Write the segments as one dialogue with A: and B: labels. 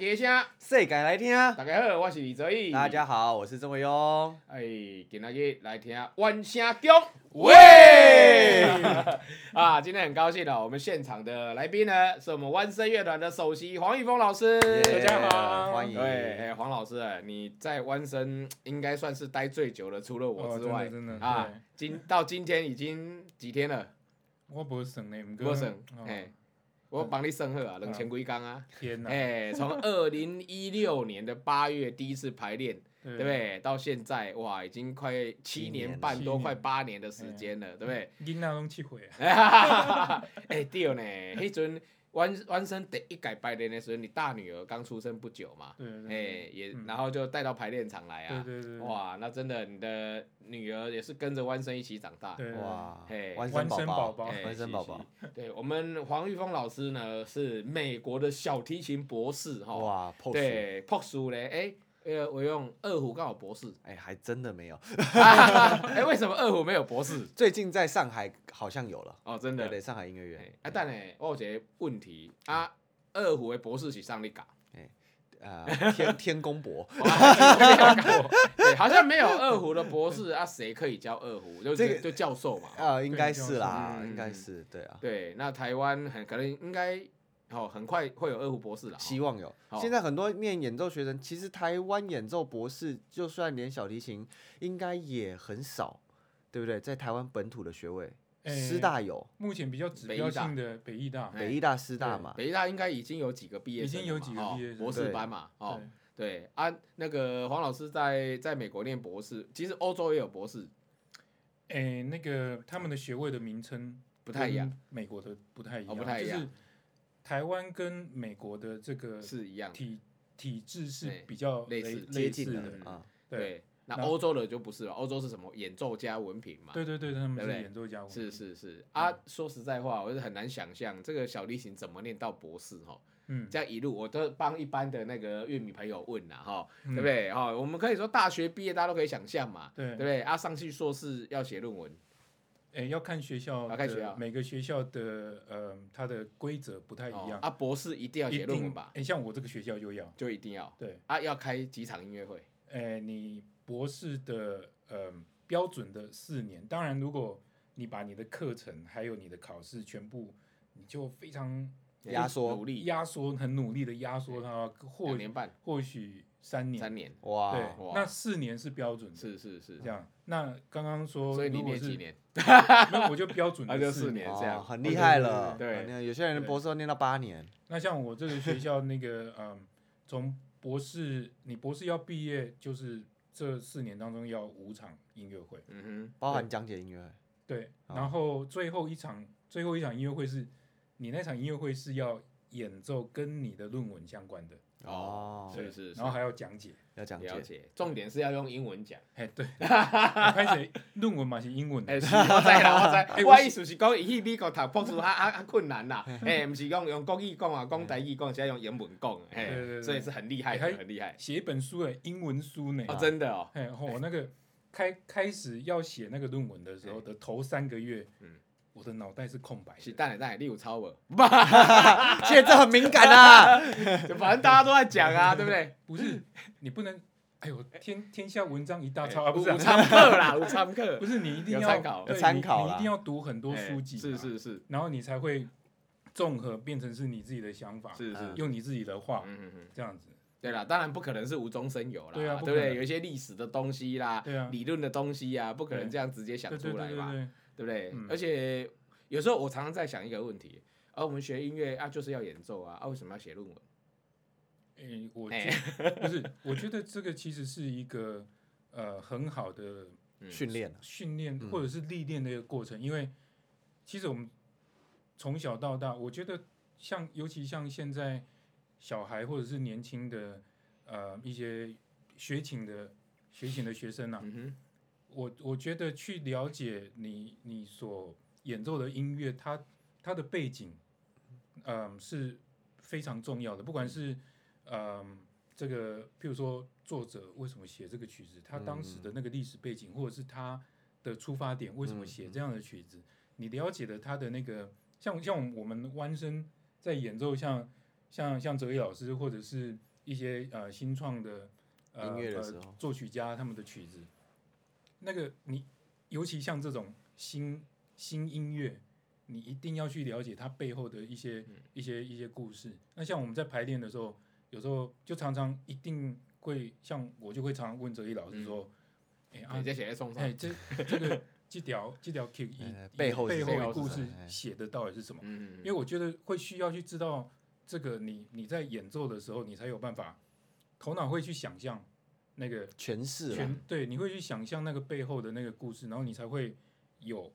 A: 给声，
B: 世界来听。啊
A: 大家好，我是李泽义。
B: 大家好，我是郑伟庸。
A: 哎，今仔日来听《弯声宫》
B: 喂
A: 啊！今天很高兴哦，我们现场的来宾呢，是我们弯声乐团的首席黄玉峰老师。
B: 耶
C: 大家好
B: 欢迎。
A: 对，哎，黄老师，哎你在弯声应该算是待最久了，除了我
C: 哦
A: 之
C: 真的
A: 外，
C: 真的
A: 啊
C: 对，
A: 今到今天已经几天了？
C: 我无算呢，毋过
A: 我算，
C: 哦
A: 哎，我帮你算好啊，两千几工啊。
C: 天哪，
A: 哎，从二零一六年的八月第一次排练，
C: 对
A: 对不？对？到现在哇，已经快七年半
C: 七
A: 多，
C: 年
A: 快八年的时间了，对不对？
C: 囡仔拢七岁啊，
A: 哎，对呢，迄阵弯弯生第一改排练的时候，你大女儿刚出生不久嘛，
C: 对对
A: 哎，
C: 对
A: 也
C: 嗯
A: 然后就带到排练场来
C: 对
A: 啊，
C: 对对，
A: 哇，那真的你的女儿也是跟着弯生一起长大。
C: 对，
B: 哇
A: 嘿，
B: 弯
C: 弯
B: 生
C: 生宝
B: 宝
C: 宝，
A: 哎
B: 弯生宝宝
C: 是，
A: 对我们黄玉峰老师呢是美国的小提琴博士哈，
B: 哇，pose，
A: 对，博士嘞，哎、呃，我用二胡刚好博 士，
B: 哎，还真的没有。
A: 哎、为什么二胡没有博士？
B: 最近在上海好像有了，
A: 哦，真
B: 对
A: 的，
B: 对，上海音乐院
A: 哎。啊，但呢，我有一个问题啊，
B: 嗯
A: 二胡的博士是上你搞，
B: 哦 呃，天 天公伯，
A: 对，好像没有二胡的博士啊，谁可以教二胡？就
B: 这
A: 这
B: 个
A: 就教授嘛。
B: 呃，应该
C: 就是
B: 啦，
A: 嗯
B: 应该是对啊，
A: 对，那台湾很可能应该哦，很快会有二胡博士了。哦
B: 希
A: 望
B: 望有。
A: 好
B: 现在很多念演奏学生，其实台湾演奏博士，就算连小提琴，应该也很少，对不对？在台湾本土的学位，
C: 哎
B: 师大有，
C: 目前比较指标性的北艺大，
A: 哎
B: 北艺大、师大
C: 对
B: 嘛，
A: 北大应该已经有几个毕业生了嘛，
C: 已经有几个毕业生
A: 哦博士班嘛，哦，
C: 对
A: 对啊，那个黄老师在在美国念博士，其实欧洲也有博士，
C: 哎，那个他们的学位的名称
A: 不太一样，
C: 美国的不太一
A: 哦
C: 样，
A: 不太一样
C: 就是台湾跟美国的这个
A: 是一样的。
C: 体体制
A: 哎
C: 是比较
A: 类似
B: 接
C: 类
B: 近
C: 似
B: 的
C: 的，
B: 啊。
C: 对
A: 对，那
C: 那
A: 欧洲的就不是了，欧洲是什么演奏家文凭嘛？
C: 对对对，他们
A: 对
C: 是
A: 不对
C: 演奏家文，
A: 是，是是
C: 嗯
A: 啊，说实在话，我是很难想象这个小提琴怎么念到博士哦。
C: 嗯，
A: 这样一路我都帮一般的那个乐迷朋友问啦哈，
C: 嗯
A: 对不对？哈，我们可以说大学毕业大家都可以想象嘛，
C: 对
A: 对不对？啊，上去硕士要写论文，
C: 哎，要看学校
A: 要
C: 的，
A: 看学校
C: 每个学校的呃，它的规则不太一
A: 哦
C: 样，
A: 啊，博士一定要
C: 一
A: 写论文
C: 定
A: 吧，
C: 哎，像我这个学校就要，
A: 就一定要
C: 对，
A: 啊，要开几场音乐会，
C: 呃，你博士的呃标准的四年，当然如果你把你的课程还有你的考试全部，你就非常
B: 压缩
A: 努力
C: 压缩，很努力的压缩它，
A: 两
C: 或
A: 年半、
C: 或许三年，
A: 三年，
B: 哇，
C: 对，
A: 哇
C: 那四年是标准的，
A: 是是是
C: 这，样。那刚刚说，
A: 所以你
C: 如果
A: 念
C: 是
A: 几，年？
C: 那我就标 准
A: 啊就
C: 的
A: 四年这样
B: 哦很厉害了。
A: 对对对对
B: 啊那有些人博士要念到八年，
C: 那像我这个学校那个，嗯，从博士，你博士要毕业，就是这四年当中要五场音乐会。
A: 嗯哼。
B: 包含讲解音乐会。
C: 对，
A: 哦
B: 好
C: 然后最后一场最后一场音乐会是，你那场音乐会是要演奏跟你的论文相关的，
B: 哦
A: 是
C: 对
A: 是是
C: 然后还要讲解。
B: 要讲
A: 了
B: 解。
A: 解，重点是要用英文讲。
C: 哎， 对，开始论文嘛是英文
A: 哎、
C: 的，
A: 是，我知 啦，我
C: 哎
A: 知。
C: 我
A: 我意思是讲，伊去美国读博士较较较啊困难啦。哎、毋是用用国语讲啊，讲台语讲，是要用英文讲，哎、
C: 对对对
A: 所以是很厉害，
C: 哎还
A: 很厉害。
C: 写一本书哎，英文书呢
A: 哦，。真的哦，
C: 哎，我那个开开始要写那个论文的时候的头三个月，
A: 哎嗯
C: 我的脑袋是空白
A: 是
C: 的。
A: 蛋奶蛋奶，你有抄无？
B: 现在这很敏感啊，
A: 就 反正大家都在讲啊，对不对？
C: 不是，你不能，哎呦，天天下文章一大
A: 哎
C: 抄啊，不是
A: 有
C: 啊，
A: 参课啦，有参 课
C: 不。是你一定
A: 有
C: 要
A: 参考
C: 对
B: 有参
C: 你
B: 考
C: 你一
B: 啦
C: 定要读很多
A: 哎
C: 书籍，
A: 是是是
C: 然后你才会综合变成是你自己的想法，
A: 是是，
B: 嗯
A: 嗯
C: 用你自己的话、
A: 嗯嗯。
C: 这样子。
A: 对啦，当然不可能是无中生有啦，
C: 对啊
A: 对
C: 不
A: 不
C: 可
A: 对？
C: 能
A: 有一些历史的东西啦，
C: 对啊
A: 理论的东西啊，不可能这样直接想
C: 对对
A: 出来
C: 对对
A: 嘛。
C: 对，
A: 对不对？
C: 嗯
A: 而且有时候我常常在想一个问题，而、我们学音乐啊，就是要演奏啊，啊，为什么要写论文？
C: 诶、我
A: 哎
C: 觉得不是，我觉得这个其实是一个呃很好的
A: 嗯
B: 训练啊
C: 训练
B: 嗯
C: 或者是历练的一个过程，因为其实我们从小到大，我觉得像尤其像现在小孩或者是年轻的呃一些学琴的学琴的学生啊，
A: 嗯哼，
C: 我我觉得去了解你你所演奏的音乐，它它的背景，嗯、是非常重要的。不管是嗯、这个，譬如说作者为什么写这个曲子，他当时的那个历史背景，或者是他的出发点为什
B: 嗯
C: 么写这样的曲子，你了解了他的那个，像像我们弯声在演奏像像像哲毅老师或者是一些呃新创的、呃、
B: 音乐的
C: 呃
B: 时候
C: 作曲家他们的曲子，那个你尤其像这种新新音乐，你一定要去了解它背后的一些、
A: 嗯
C: 一些一些故事。那像我们在排练的时候，有时候就常常一定会像我就会常常问哲一老师说：“哎、啊
A: 你，在嗯写在送
C: 哎、
A: 上，
C: 这这个这条 这条 Q 一
B: 哎背后是
C: 背
B: 什
C: 后
A: 么
C: 的故
B: 是
C: 事
B: 什么哎
C: 写的到底是什么？”
A: 嗯，
C: 因为我觉得会需要去知道这个你你在演奏的时候，你才有办法头脑会去想象那个
B: 诠释啦
C: 全对，你会去想象那个背后的那个故事，然后你才会有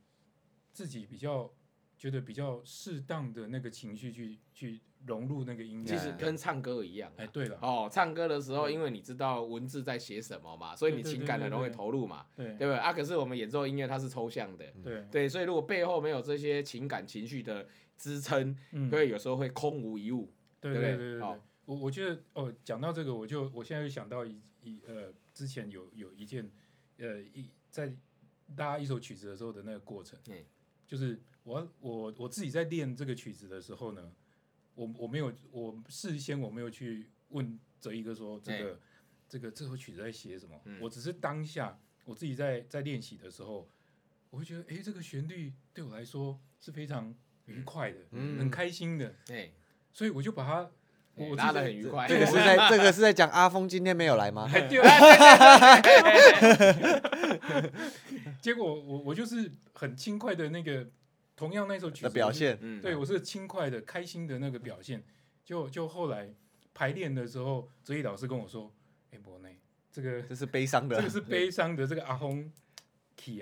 C: 自己比较觉得比较适当的那个情绪去去融入那个音
A: 嗯
C: 乐。
A: 其实
B: 哎
A: 跟唱歌一样啊，
C: 哎，对嗯了，
A: 哦，唱歌的时候，因为你知道文字在写什么嘛，所以你情感很容易投入嘛，
C: 对
A: 对不对？嗯啊，可是我们演奏音乐它是抽象的，
C: 对，
A: 对，所以如果背后没有这些情感情绪的支撑，
C: 嗯，
A: 所以有时候会空无一物。
C: 对
A: 对
C: 对
A: 不对
C: 对对
A: 好，
C: 我我觉得哦，讲到这个，我就我现在就想到一一呃，之前有有一件呃一在拉一首曲子的时候的那个过程，
A: 嗯，
C: 就是我要我我自己在练这个曲子的时候呢，我我没有我事先我没有去问哲一哥说这个、这个这首曲子在写什么，
A: 嗯
C: 我只是当下我自己在在练习的时候，我会觉得诶，这个旋律对我来说是非常愉快的，
B: 嗯
C: 很开心的。
A: 哎，
C: 所以我就把它，我
A: 哎
C: 我
A: 拉
C: 的
A: 得很愉快
B: 这个 是在这个是在讲阿峰今天没有来吗？
C: 还对 结果我我就是很轻快的那个，同样那首曲
B: 的
C: 子
B: 表，现，
A: 嗯，
C: 我是对我是轻快的、开心的那个表现。就就后来排练的时候，哲毅老师跟我说：“哎、伯内，这个
B: 这是悲伤
C: 这
B: 的
C: 个。是悲伤的，这个阿轰 k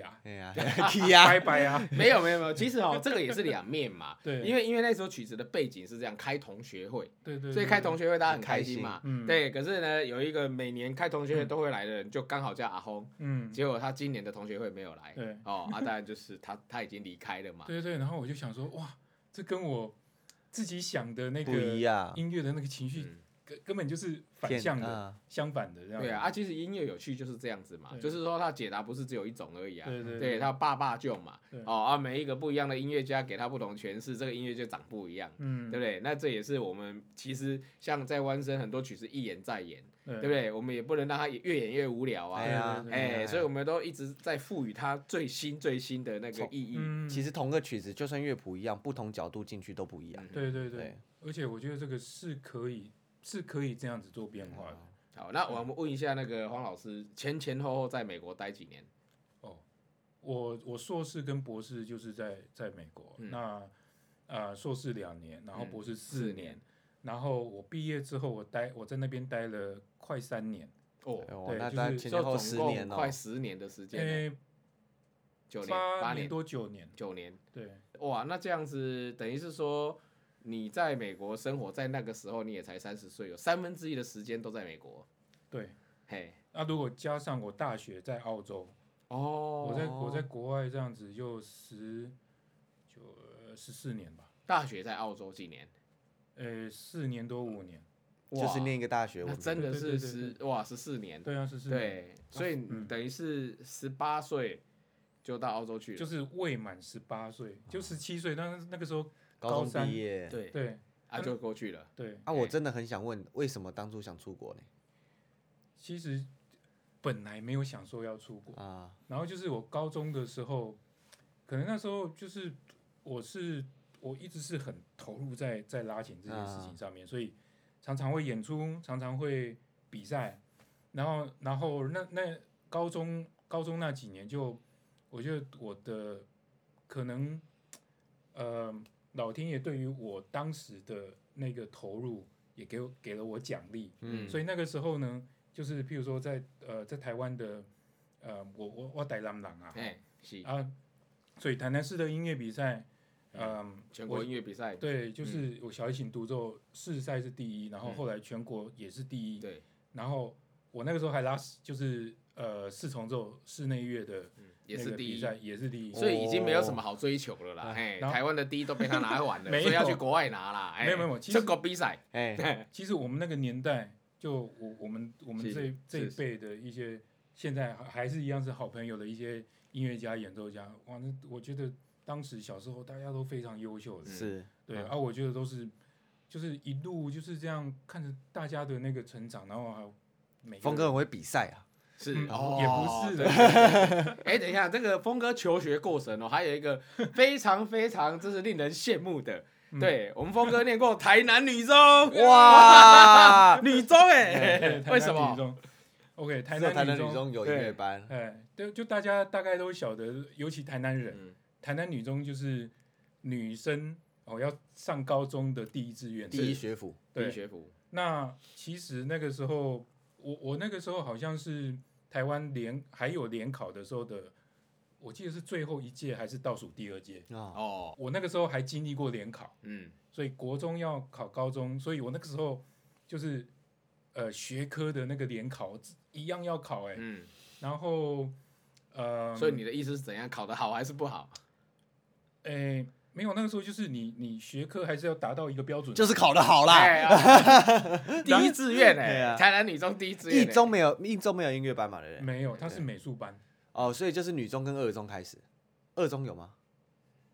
C: 啊，
B: 哎呀，踢呀，
C: 拜拜 啊，
A: 没有没有没有，其实哦，这个也是两面嘛。
C: 对
A: 因为因为那首曲子的背景是这样，开同学会，
C: 对对对，
A: 所以开同学会大家很
B: 很开
A: 开心嘛。
C: 嗯
A: 对，可是呢，有一个每年开同学会都会来的人，就刚好叫阿轰，
C: 嗯，
A: 结果他今年的同学会没有来。
C: 对
A: 哦，啊，当然就是他他已经离开了嘛。
C: 对对对，然后我就想说，哇，这跟我自己想的那
B: 不一
C: 个
B: 样，
C: 音乐的那个情绪
A: 嗯
C: 根根本就是反
B: 天
C: 向的，
B: 啊，
C: 相反的这样。
A: 对啊，啊，其实音乐有趣就是这样子嘛，
C: 对
A: 就是说它解答不是只有一种而已啊。
C: 对对
A: 对，它有爸爸舅嘛
C: 对，
A: 哦啊，每一个不一样的音乐家给他不同诠释，这个音乐就长不一样，
C: 嗯，
A: 对不对？那这也是我们其实像在湾声很多曲是一演再演，
C: 对
A: 对不？对？我们也不能让它越演越无聊啊
B: 哎，呀，
C: 对对对
A: 哎，所以我们都一直在赋予它最新最新的那个意义。
C: 嗯，
B: 其实同个曲子，就算乐谱一样，不同角度进去都不
A: 嗯
B: 一样。
C: 对对对，
B: 对，
C: 而且我觉得这个是可以是可以这样子做变化的。
A: 嗯好，那我们问一下那个黄老师，前前后后在美国待几年？
C: 我我硕士跟博士就是在在美国，
A: 嗯
C: 那呃硕士两年，然后
A: 嗯
C: 博士
A: 四
C: 四年，然后我毕业之后我待我在那边待了快三年，
A: 哦，
B: 哎哇
C: 对
B: 那
C: 就是
B: 大概
A: 所
B: 前前
A: 以
B: 后
A: 总
B: 十
A: 共
B: 年哦
A: 快，十年的时间了，
C: 诶，
A: 九年、
C: 哎八
A: 八年、
C: 多九年，
A: 九年，
C: 对
A: 哇，那这样子等于是说你在美国生活，在那个时候你也才三十岁，有三分之一的时间都在美国，
C: 对。
A: 嘿，
C: 那如果加上我大学在澳洲，
A: 哦
C: 我在我在国外这样子就十九呃十四年吧，
A: 大学在澳洲几年，
C: 呃，四年多五年，
A: 哇
B: 就是念一个大学
A: 那
B: 文凭，
A: 真的是
C: 对对对
A: 十哇十四年，
C: 对啊，十四年，
A: 对，所以
C: 嗯
A: 等于是十八岁就到澳洲去了，
C: 就是未满十八岁，就十七岁，但是那个时候，
B: 高
C: 高
B: 中
C: 三
B: 毕业。
A: 对
C: 对
A: 啊就过去了，
C: 对，
B: 啊，我真的很想问，为什么当初想出国呢？
C: 其实本来没有想说要出国，
B: 啊，
C: 然后就是我高中的时候，可能那时候就是我是我一直是很投入在在拉琴这件事情上面，所以常常会演出，常常会比赛，然后然后那那高中高中那几年就，我觉得我的可能呃老天爷对于我当时的那个投入也给我给了我奖励，
A: 嗯
C: 所以那个时候呢，就是譬如说在呃在台湾的呃我我我台南人啊，
A: 哎，是
C: 啊，所以台南市的音乐比赛，嗯，
A: 全国
C: 我
A: 音乐比赛，
C: 对，就是我小提琴独奏世赛是第一，然后
A: 嗯
C: 后来全国也是第一，
A: 对，
C: 然后我那个时候还拉就是呃四重奏室内乐的
A: 嗯也
C: 那
A: 是
C: 个
A: 第
C: 比
A: 一。哦
C: 赛也是第一，
A: 所以已经没有什么好追求了啦，
B: 哦
A: 哎，
C: 然后
A: 台湾的第一都被他拿完 了，
C: 没有
A: 所以要去国外拿啦，哎，
C: 没有没有没有其实
A: 这个比赛，
B: 哎，
C: 其实我们那个年代，就我我们我们
A: 是
C: 这这一
A: 是
C: 辈的一些，现在还还是一样是好朋友的一些音乐家、演奏家，哇，那我觉得当时小时候大家都非常优秀的，
B: 是，
C: 对，
B: 嗯
C: 啊，我觉得都是就是一路就是这样看着大家的那个成长，然后还有每个
B: 峰哥
C: 人
B: 很会比赛啊，
A: 是、
C: 嗯
A: 哦，
C: 也不是的
A: 对。哎、等一下，这个峰哥求学过程哦，还有一个非常非常真是令人羡慕的，
C: 嗯
A: 对我们峰哥念过台南女中，，
B: 哇
A: 女中哎、
C: 对台
A: 为
C: 南
A: 什
C: 女
A: 么？
C: 中？OK，台
B: 只 有台
C: 南
B: 南
C: 女
B: 女中
C: 中，
B: 有音
A: 对
B: 乐 班，
C: 哎，对，就大家大概都晓得，尤其台南人，
A: 嗯，
C: 台南女中就是女生哦要上高中的第一志愿，
B: 第一学府，
A: 第一
C: 对，
A: 学府，
C: 那其实那个时候，我我那个时候好像是台湾联还有联考的时候的，我记得是最后一届还是倒数第二届。
B: 啊，
A: 哦，
C: 我那个时候还经历过联考，
A: 嗯，
C: 所以国中要考高中，所以我那个时候就是呃学科的那个联考一样要考哎、
A: 嗯，
C: 然后呃，
A: 所以你的意思是怎样？考得好还是不好？
C: 哎、没有那个时候就是你你学科还是要达到一个标准，
B: 就是考得好啦。
A: 哎啊第一志愿
B: 对
A: 哎、
B: 啊
A: 台南女中第一志愿、
B: 一
A: 哎
B: 中没有，一中没有音乐班嘛，对不对？
C: 没有，它是美术班。
B: 哦，所以就是女中跟二中开始，二中有吗？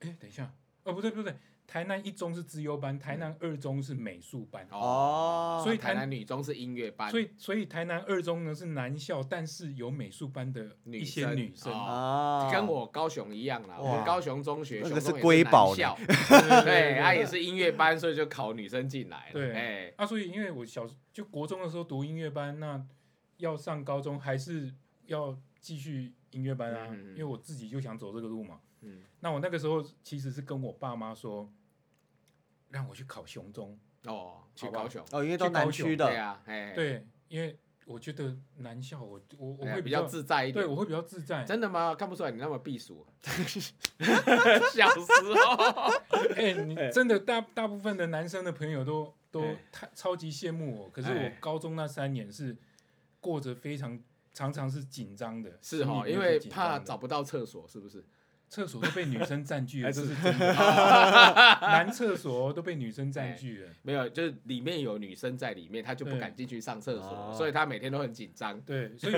C: 哎、等一下，哦，不对不对，台南一中是资优班，台
A: 嗯
C: 南二中是美术班，
B: 哦，
C: 所以
A: 台
C: 台
A: 南女中是音乐班，
C: 所以所以台南二中呢是男校，但是有美术班的
A: 女
C: 一些
A: 生
C: 女生，
A: 哦
B: 啊，
A: 跟我高雄一样啦，
B: 哇
A: 我们高雄中学
B: 那
A: 雄
B: 个
A: 中
B: 是
A: 也
B: 瑰宝
A: 男校，
C: 对
A: 对，哎啊他也是音乐班，所以就考女生进来了。
C: 对
A: 哎，
C: 啊，所以因为我小就国中的时候读音乐班，那要上高中还是要继续音乐班啊，
A: 嗯嗯嗯
C: 因为我自己就想走这个路嘛。
A: 嗯，
C: 那我那个时候其实是跟我爸妈说，让我去考雄中，
A: 哦，去
C: 好吧
A: 高雄，
B: 哦，因为都南区的
A: 对，啊，哎，
C: 对，因为我觉得男校我我我
A: 哎
C: 会
A: 比
C: 较
A: 较自在一
C: 对，
A: 点。
C: 我会比较自在。
A: 真的吗？看不出来你那么避暑。 小时候，
C: 哎、你真的大大部分的男生的朋友都都
A: 哎
C: 太超级羡慕我，可是我
A: 哎
C: 高中那三年是过着非常常常是紧张的，
A: 是
C: 心里
A: 哦，
C: 面
A: 因为
C: 紧
A: 怕
C: 张的
A: 找不到厕所，是不是？
C: 厕所都被女生占据了，
A: 还
C: 这
A: 是
C: 是 真的，男厕所都被女生
A: 哎
C: 占据了，
A: 没有，就是里面有女生在里面，他就不敢进去上厕所
B: 哦，
A: 所以他每天都很紧张。
C: 对，所以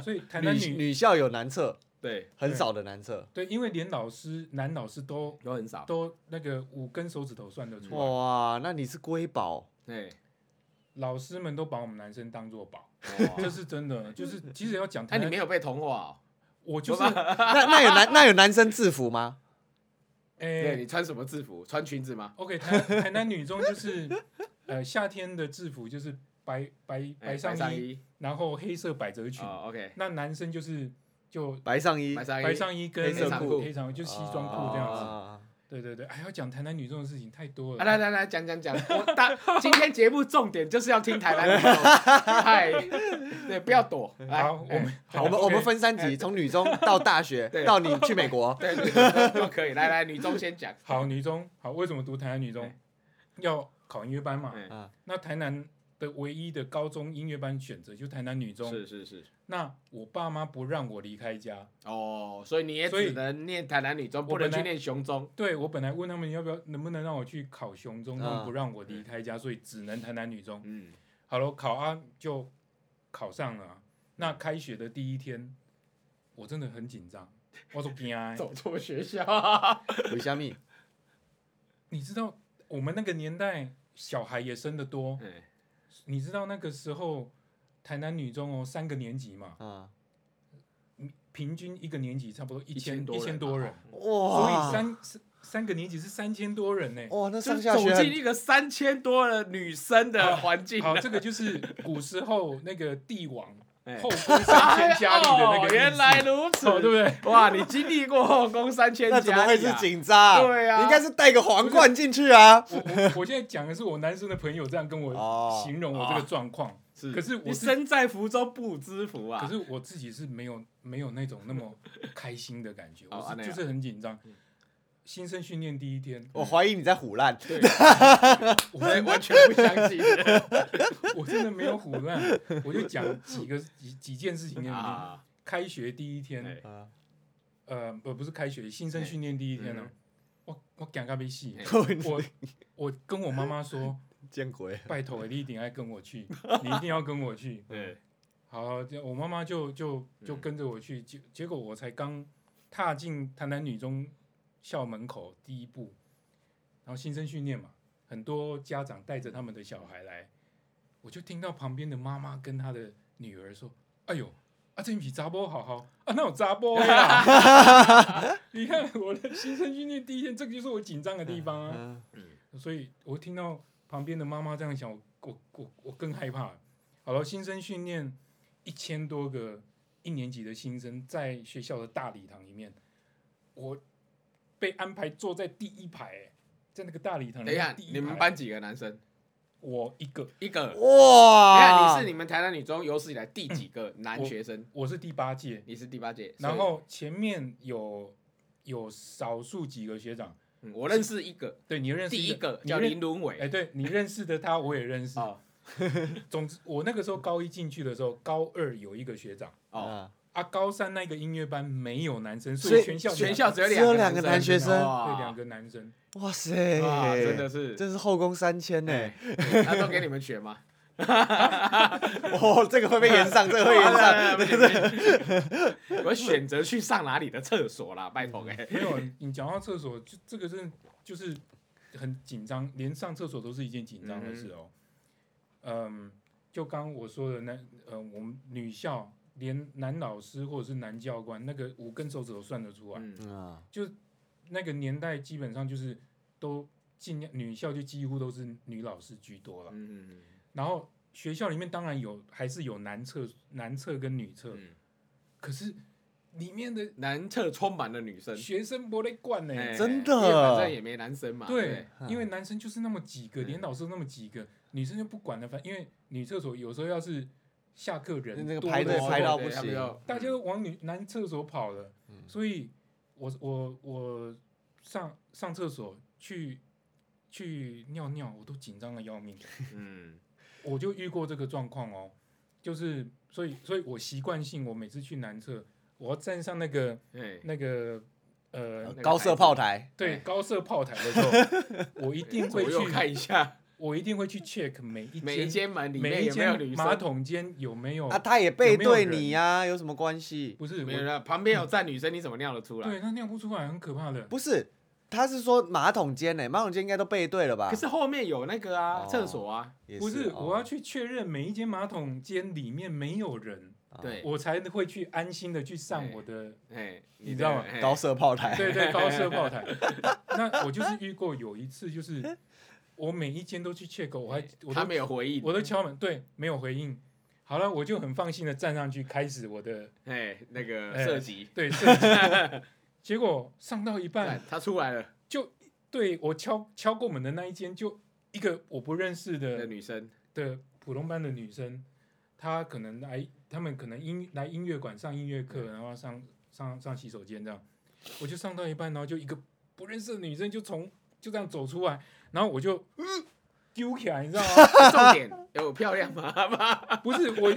C: 所以台南
B: 女
C: 女
B: 女校有男厕，
A: 对，
B: 很少的男厕，
C: 对，因为连老师男老师都
A: 都很少。
C: 都那个五根手指头算得出
A: 哦
C: 来，
B: 哇，那你是瑰宝，
A: 对，
C: 老师们都把我们男生当做宝，这
A: 哦
C: 是真的，就是即使要讲台
A: 哎，你
C: 南，
A: 没有被同化哦？
C: 我就是
B: 那那有男那有男生制服吗？
C: 哎
A: 对你穿什么制服？穿裙子吗？
C: OK，台台南女中就是呃夏天的制服就是白白
A: 哎
C: 白上衣，
A: 白上衣。
C: 然后黑色百褶裙。
A: 哦，OK，
C: 那男生就是就
B: 白上衣
A: 白，上衣。
C: 白上衣跟
B: 黑色
C: 长
B: 裤
C: 黑长就西装裤这样子。
B: 啊
C: 对对对，还要讲台南女中的事情太多
A: 啊，
C: 了。
A: 哦来来来，讲讲讲，我大今天节目重点就是要听台南 女中，嗨，对，不要躲，来，哎
C: 好，我们好，
B: 我们我
C: OK
B: 们分三级，从女中到大学
A: 对，
B: 到你去美 国，
A: 哎对对对，都可以，来来，女中先讲，
C: 好女中好，为什么读台南女中
A: 哎？
C: 要考音乐班嘛。
A: 嗯，
B: 啊
C: 那台南的唯一的高中音乐班选择就台南女中。
A: 是是是，
C: 那我爸妈不让我离开家，
A: 哦，所以你也
C: 所以
A: 只能念台南女中，
C: 我
A: 不能
C: 本来
A: 去念雄中，
C: 对我本来问他们要不要能不能让我去考雄中，他
B: 嗯
C: 们不让我离开家，所以只能台南女中。
A: 嗯，
C: 好了，考啊就考上了啊。那开学的第一天，我真的很紧张，我说惊啊！
A: 走错学 校，
B: 吕虾米，
C: 你知道我们那个年代小孩也生得多，
A: 嗯
C: 你知道那个时候台南女中哦三个年级嘛，
B: 啊，
C: 平均一个年级差不多一千
A: 1000多
C: 一
A: 人啊哦
C: 千多人，所以
B: 哇，
C: 三三三个年级是三千多人呢、
B: 哇，
A: 就
B: 那上
A: 是
B: 下
A: 走
B: 学
A: 进
B: 很
A: 一个三千多的女生的环境，
C: 好，这个就是古时候那个帝王
A: 哎
C: 后宫三千佳丽的那个
A: 哦
C: 意思
A: 原来如此，
C: 哦对不对？
A: 哇，你经历过后宫三千，
B: 那怎么会是？紧张？
A: 对啊
B: 你应该是戴个皇冠进去啊。
C: 我我我现在讲的是我男生的朋友这样跟我
B: 哦
C: 形容我这个状况，
A: 是
C: 可是我
A: 你
C: 是
A: 身在福中不知福啊！
C: 可是我自己是没有没有那种那么开心的感觉，
A: 哦
C: 我
A: 啊那样
C: 是
A: 哦
C: 就是很紧张。新生训练第一天，
B: 我怀疑你在胡乱，
A: 对，
C: 我
A: 我也
C: 真
A: 完全不相 信
C: 我真的没有胡乱，我就讲几个几几件事情给你听。
A: 啊！
C: 开学第一天
A: 哎，
B: 啊，
C: 呃，不不是开学，新生训练第一天呢
A: 嗯，
C: 我我讲咖啡戏
A: 哎，
C: 我我跟我妈妈说，
B: 见鬼！
C: 拜托你一定要跟我去，你一定要跟我去。
A: 对，
C: 好，就我妈妈就就就
A: 嗯
C: 跟着我去，结、结果我才刚踏进台南女中校门口第一步，然后新生训练嘛，很多家长带着他们的小孩来，我就听到旁边的妈妈跟她的女儿说：“哎呦，啊这匹杂波好好啊，那有杂波呀！” 你看我的新生训练第一天，这个就是我紧张的 地方啊。
B: 嗯，
C: 所以我听到旁边的妈妈这样想，我我我我更害怕。好了，新生训练一千多个一年级的新生在学校的大礼堂里面，我被安排坐在第一排、欸，在那个大礼堂里
A: 等一下
C: 面，第一排。
A: 你们班几个男生？
C: 我一个，
A: 一个。等一
B: 哇，
A: 下，你是你们台南女中有史以来第几个男学生？
C: 我是第八届，
A: 你是第八届。
C: 然
A: 所以、
C: 后前面有有少数几个学长，
A: 嗯我认识一个，
C: 对你认识
A: 第一个
C: 你
A: 叫林
C: 认
A: 伦
C: 哎、
A: 伟。
C: 对你认识的他我也认识。
A: 哦
C: 总之，我那个时候高一进去的时候，高二有一个学长。
A: 哦，
B: 啊
C: 啊，高三那个音乐班没有男生，
B: 所
C: 所
B: 以
C: 以全校哦
A: 全校只有
B: 只有两
A: 两
B: 个
A: 个
B: 男学生，
A: 哇
C: 对两个男生，
B: 哇塞，
A: 哇，真的是，哎
B: 真是后宫三千 呢！
A: 那都给你们学 吗？
B: 哦，这个会被 延上，这个会
A: 哦
B: 延上。
A: 不是不是不是 我选择去上哪里的厕所啦，拜托哎、
C: 没有。你讲到厕所，就这个真的就是很紧张，连上厕所都是一件紧张的事哦。嗯，就刚我说的那，呃，我们女校连男老师或者是男教官，那个五根手指头算得出来。
A: 嗯，
B: 嗯啊，
C: 那个年代基本上就是都尽量女校就几乎都是女老师居多了。
A: 嗯
C: 然后学校里面当然有还是有男厕、男厕跟女厕，
A: 嗯，
C: 可是里面的
A: 男厕充满了女生，
C: 学生不得惯呢、
A: 哎
B: 嗯真的啊
A: 因为反正也没男生嘛。
C: 嗯对，
B: 对
C: 因为男生就是那么几个，
A: 嗯
C: 连老师都那么几个，女生就不管了。反因为女厕所有时候要是下课人
B: 那个
C: 多
B: 排
C: 的
B: 队
C: 时候
B: 排到不
A: 对他
B: 行
A: 们就
C: 大家都往女男厕所跑了，
A: 嗯
C: 所以我我我上上厕所去去尿尿，我都紧张的要命。
A: 嗯
C: 我就遇过这个状况哦，就是所以所以我习惯性我每次去男厕，我要站上那个
A: 哎，
C: 那个呃
A: 那个
B: 高射炮台，
C: 对
A: 哎
C: 高射炮台的时候， 我一
A: 一
C: 定会
A: 右
C: 去，
A: 看一下
C: 我一定会去 check 每一
A: 每一
C: 间
A: 间门里
C: 每
A: 面
C: 一
A: 有没有
C: 间
A: 女
C: 马
A: 生。
C: 桶间有没有
B: 啊，他也背对你呀，有什么关系？
C: 不是
A: 没有
C: 我
A: 啦，旁边有站女生，你怎么尿得出来？
C: 对，那尿不出来很可怕的。
B: 不是，他是说马桶间呢，马桶间应该都背对了吧
A: 可？是后面有那个啊，
B: 啊哦
A: 厕所啊，
B: 也
C: 不是，
B: 哦
C: 我要去确认每一间马桶间里面没有人，
B: 啊
A: 对
C: 我才会去安心的去上
A: 哎
C: 我的
A: 哎，
C: 你知道吗
A: 吗
B: 高射炮台，
C: 对 对，高射炮台。那我就是遇过有一次，就是我每一间都去 check，我还我
A: 他
C: 都
A: 没有回应，
C: 我都敲门，对，没有回应。好了，我就很放心的站上去开始我的
A: 哎，那个
C: 哎
A: 射击，
C: 对射击。 结果上到一半，
A: 看他出来了
C: 对我敲敲过门的那一间，就一个我不认识
A: 的
C: 的
A: 女 生，
C: 的普通班的女生，她可能来，他们可能音来音乐馆上音乐课，然后上上上洗手间这样。我就上到一半，然后就一个不认识的女生就从就这样走出来，然后我就嗯丢起来，你知道吗？
A: 重点有漂亮吗？
C: 不是我，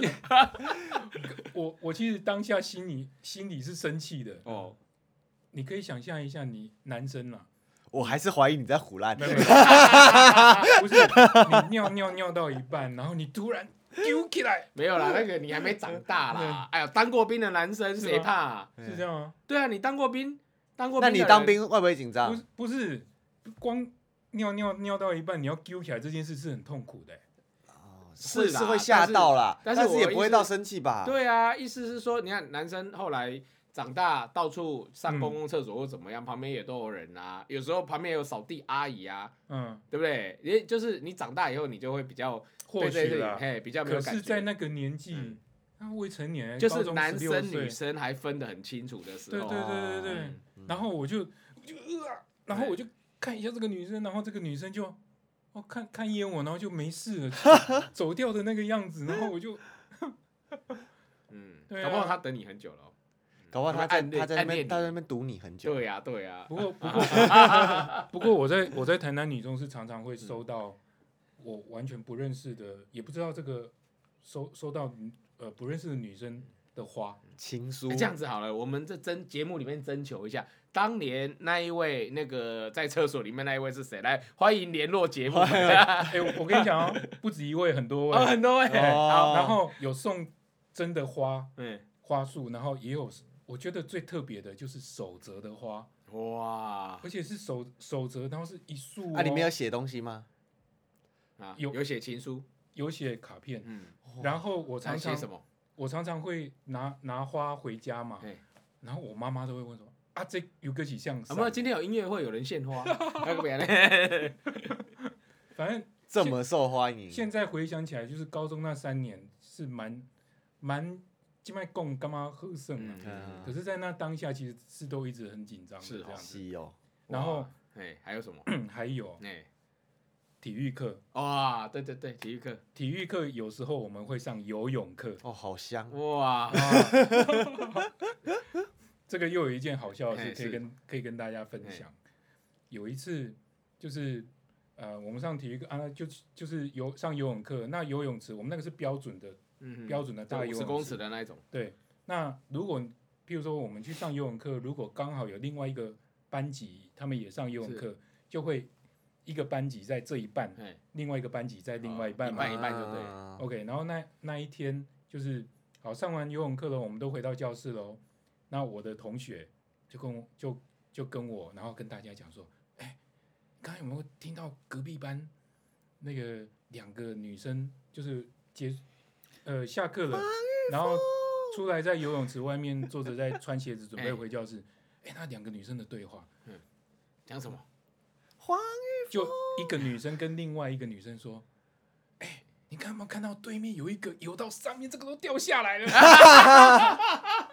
C: 我我其实当下心里心里是生气的。
A: 哦，
C: 你可以想象一下，你男生啊，
B: 我还是怀疑你在胡乱
C: 没。有没有 不是你尿尿尿到一半，然后你突然丢起来，
A: 没有啦，那个你还没长大啦。哎呀，当过兵的男生
C: 是吗
A: 谁怕啊？
C: 是这样吗？
A: 对啊，你当过兵，当过
B: 那
A: 兵，
B: 你当，兵会不会紧
C: 不
A: 啊
B: 张
C: 是？不是，光尿尿尿到一半，你要丢起来这件事是很痛苦的欸、
B: 哦
A: 是啦
B: 是会吓到啦，
A: 但
B: 但
A: 是但是
B: 也
A: 我
B: 不会
A: 意思
B: 到生气吧？
A: 对啊，意思是说，你看男生后来长大，到处
C: 嗯
A: 上公共厕所或怎么样，旁边也都有人啊，有时候旁边有扫地阿姨啊，
C: 嗯，
A: 对不对？也就是你长大以后，你就会比较
C: 或
A: 对
C: 许
A: 这
C: 啦
A: 个，嘿比较没有
C: 可
A: 感
C: 是，在
A: 觉。
C: 那个年纪
A: 嗯，
C: 那、未成年，
A: 就
C: 高
A: 是
C: 中
A: 男生
C: 16岁
A: 女生还分得很清楚的时
C: 对
A: 候，
C: 对对对对，
A: 嗯
C: 然后我就我就呃，然后我就看一下这个女生，然后这个女生就哦看看一眼我，然后就没事了， 走走掉的那个样子，然后我就
A: 嗯，
C: 对啊
A: 搞不好他等你很久了哦。
B: 搞不好他
A: 他
B: 在
A: 们暗恋
B: 他在那
A: 暗恋
B: 边
A: 你
B: 他在那边堵你很久。
A: 对呀，啊对呀
C: 啊不，过不过不过 我在我在台南女中是常常会收到我完全不认识的，也不知道这个收收到呃不认识的女生的花，
B: 情书
A: 哎这样子好了，我们这征节目里面征求一下，当年那一位那个在厕所里面那一位是谁？来，欢迎联络节目， 啊，
C: 哎、我跟你讲哦，不止一位，很多 位，
A: 很多位，
B: 哦
A: 好，
C: 然后有送真的花
A: 嗯，
C: 花束，然后也有我觉得最特别的就是手折的花。
A: 哇，
C: 而且是手手折，然后是一束、哦。
B: 啊，里面有写东西吗？
A: 啊，
C: 有
A: 有写情书，
C: 有写卡片，
A: 嗯，
C: 哦然后我
A: 还
C: 常
A: 写
C: 常
A: 什么？
C: 我常常会拿拿花回家嘛
A: 哎，
C: 然后我妈妈都会问说啊，这有个几像
A: 啊，不，
C: 散，
A: 今天有音乐会，有人献 花，那个别人
C: 反
A: 嗯
B: 这
C: 正
B: 么受欢迎，
C: 现在回想起来，就是高中那三年是蛮蛮静脉供干嘛喝剩啊，
B: 嗯
C: 可是，在那当下其实是都一直很紧张的
A: 是
C: 这
A: 哦
C: 样子。
B: 稀有，
C: 然后嗯
A: 哇，哎，还有什么？
C: 还有
A: 哎，
C: 体育课，
A: 哇，对对对，体育课，
C: 体育课有时候我们会上游泳课，
B: 哦，好香，
A: 哇，
C: 这个又有一件好笑的
A: 哦哎
C: 事可以
A: 是哎
C: 跟可以跟大家分享。有一次就是呃，我们上体育课啊，就就是游上游泳课，那游泳池我们那个是标准的
A: 嗯，
C: 标准的大游
A: 五十
C: 泳
A: 公
C: 池
A: 尺的那一种，
C: 对，那如果譬如说我们去上游泳课，如果刚好有另外一个班级他们也上游泳
A: 是
C: 课，就会一个班级在这一半，
A: 哎，
C: 另外一个班级在另外一半
A: 哦一
C: 嘛。
A: 半一半就对
B: 啊
C: OK，然后那那一天就是好上完游泳课了，我们都回到教室喽。那我的同学就跟我就就跟我，然后跟大家讲说，哎，刚才有没有听到隔壁班那个两个女生就是结呃下课了，然后出来在游泳池外面坐着在穿鞋子准备
A: 哎
C: 回教室。哎，那两个女生的对话，
A: 讲什么？
B: 花
C: 就一个女生跟另外一个女生说：“哎、你看有没有看到对面有一个游到上面，这个都掉下来了。”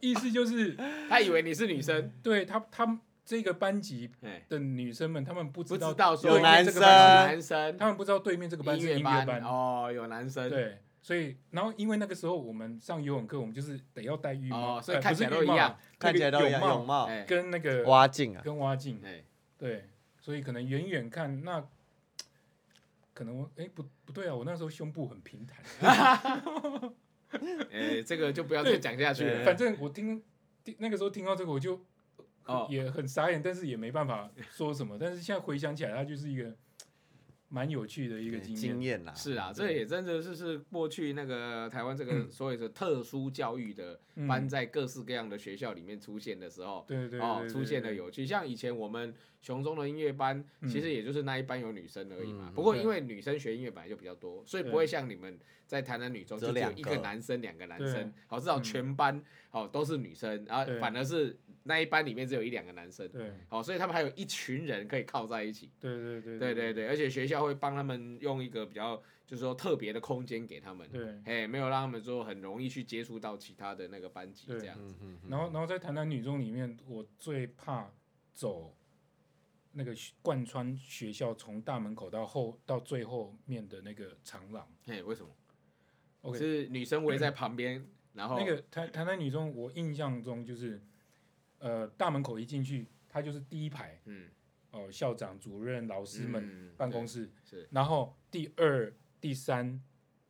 C: 意思就是，
A: 他以为你是女生，
C: 对他他这个班级
A: 哎，
C: 的女生们，她们嗯不
A: 不
C: 知道
A: 知道说
B: 有
C: 对面
B: 男
C: 这个
A: 有
C: 班
A: 男生
C: 级，，他们不知道对面这个班是音乐班。
A: 哦，有男生，
C: 对，所以然后因为那个时候我们上游泳课，我们就是得要戴浴帽，
A: 哦所以
C: 呃
A: 看
C: 不是
A: 起来都
C: 浴帽
A: 一样，
B: 看起来都一样，
C: 那个
B: 泳
C: 泳帽
B: 帽、
A: 哎，
C: 哦跟那个
B: 蛙镜啊，
C: 跟蛙镜。
A: 哎，
C: 对，所以可能远远看那，可能我哎不不对啊，我那时候胸部很平坦，
A: 哎，这个就不要再讲下去
B: 对
A: 了，
C: 反正我听听那个时候听到这个我就
A: 哦，
C: 也很傻眼，但是也没办法说什么。但是现在回想起来，它就是一个蛮有趣的一个
B: 嗯
C: 经
B: 经
C: 验。
B: 验啦，
A: 是啊，
C: 对
A: 这也真的是是过去那个台湾这个所谓的特殊教育的
C: 嗯
A: 班在各式各样的学校里面出现的时候，
C: 对对对
A: 哦
C: 对，
A: 出现的有趣。像以前我们雄中的音乐班，
C: 嗯
A: 其实也就是那一班有女生而已嘛
B: 嗯。
A: 不过因为女生学音乐本来就比较多，所以不会像你们在台南女中
B: 只有
A: 就只有
B: 两
A: 一
B: 个
A: 个男生两个男
C: 对
A: 生，好，至少
C: 嗯
A: 全班哦都是女生，然后
C: 对
A: 反而是那一班里面只有一两个男生，
C: 对
A: 好，所以他们还有一群人可以靠在一起。
C: 对对
A: 对
C: 对
A: 对
C: 对
A: 对，而且学校会帮他们用一个比较，就是说特别的空间给他们，
C: 对。
A: 哎，没有让他们说很容易去接触到其他的那个班级
C: 对
A: 这样。
B: 嗯哼哼
C: 然后然后在台南女中里面，我最怕走。那个贯穿学校从大门口到后到最后面的那个长廊
A: 哎，为什么？
C: ，OK，
A: 是女生围在旁边， 然后
C: 那个台台南女中，我印象中就是，呃，大门口一进去，她就是第一排，
A: 嗯，
C: 哦、校长、主任、老师们
A: 嗯
C: 办公室，
A: 对是
C: 然后第二、第三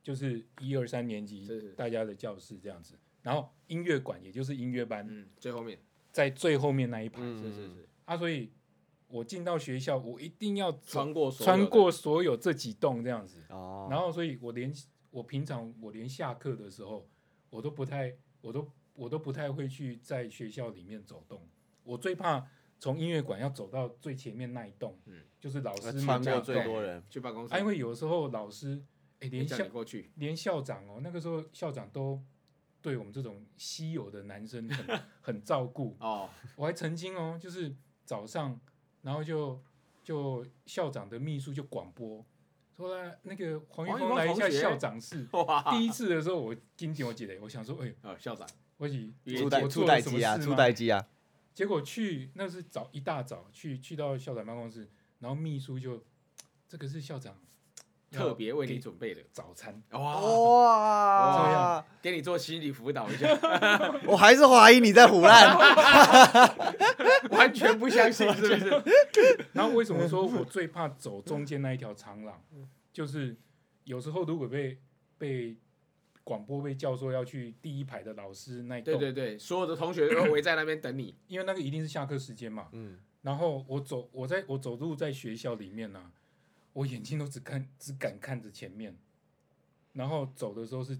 C: 就是一二三年级
A: 是是
C: 大家的教室这样子，然后音乐馆也就是音乐班、
A: 嗯最后面
C: 在最后面那一排、
B: 嗯
A: 是是是
C: 啊，所以我进到学校，我一定要走
A: 穿过所有的
C: 穿过所有这几栋这样子，
B: 哦，
C: 然后所以我连我平常我连下课的时候，我都不太，我都我都不太会去在学校里面走动。我最怕从音乐馆要走到最前面那一栋，
A: 嗯
C: 就是老师
B: 呃
C: 们
B: 穿
C: 那
B: 过
C: 一
B: 最
C: 栋
B: 多人，
A: 去办公室哎
C: 啊，因，为有时候老师，哎，
A: 也
C: 连
A: 叫
C: 校
A: 你过去，
C: 连校长哦，那个时候校长都对我们这种稀有的男生很 很照顾，
A: 哦，
C: 我还曾经哦，就是早上，然后就就校长的秘书就广播说来那个黄玉
A: 黄玉
C: 峰
A: 峰
C: 来一下
A: 同学
C: 校长室。
A: 哇，
C: 第一次的时候，我惊天我姐嘞，我想说，哎、
A: 呃，校长，
C: 我姐
A: 也
B: 出
A: 朱
B: 代
C: 我
B: 出
C: 做
B: 代
C: 了什么
B: 机啊，
C: 事
B: 出
C: 吗？
B: 代机啊，
C: 结果去那是早一大早去去到校长办公室，然后秘书就这个是校长
A: 特别为你
C: 给
A: 准备的，
C: 早餐，哦
A: 哇，
C: 这
B: 哇
C: 样，
A: 给你做心理辅导一下，
B: 我还是怀疑你在胡乱，
A: 完全不相信是不 是？
C: 然后为什么说
A: 嗯
C: 我最怕走中间那一条长廊？就是有时候如果被被广播被叫说要去第一排的老师那一栋，
A: 对对对，所有的同学都围在那边等你，
C: 因为那个一定是下课时间嘛。
B: 嗯，
C: 然后我走，我在我走路在学校里面呢、我眼睛都只看只敢看着前面，然后走的时候是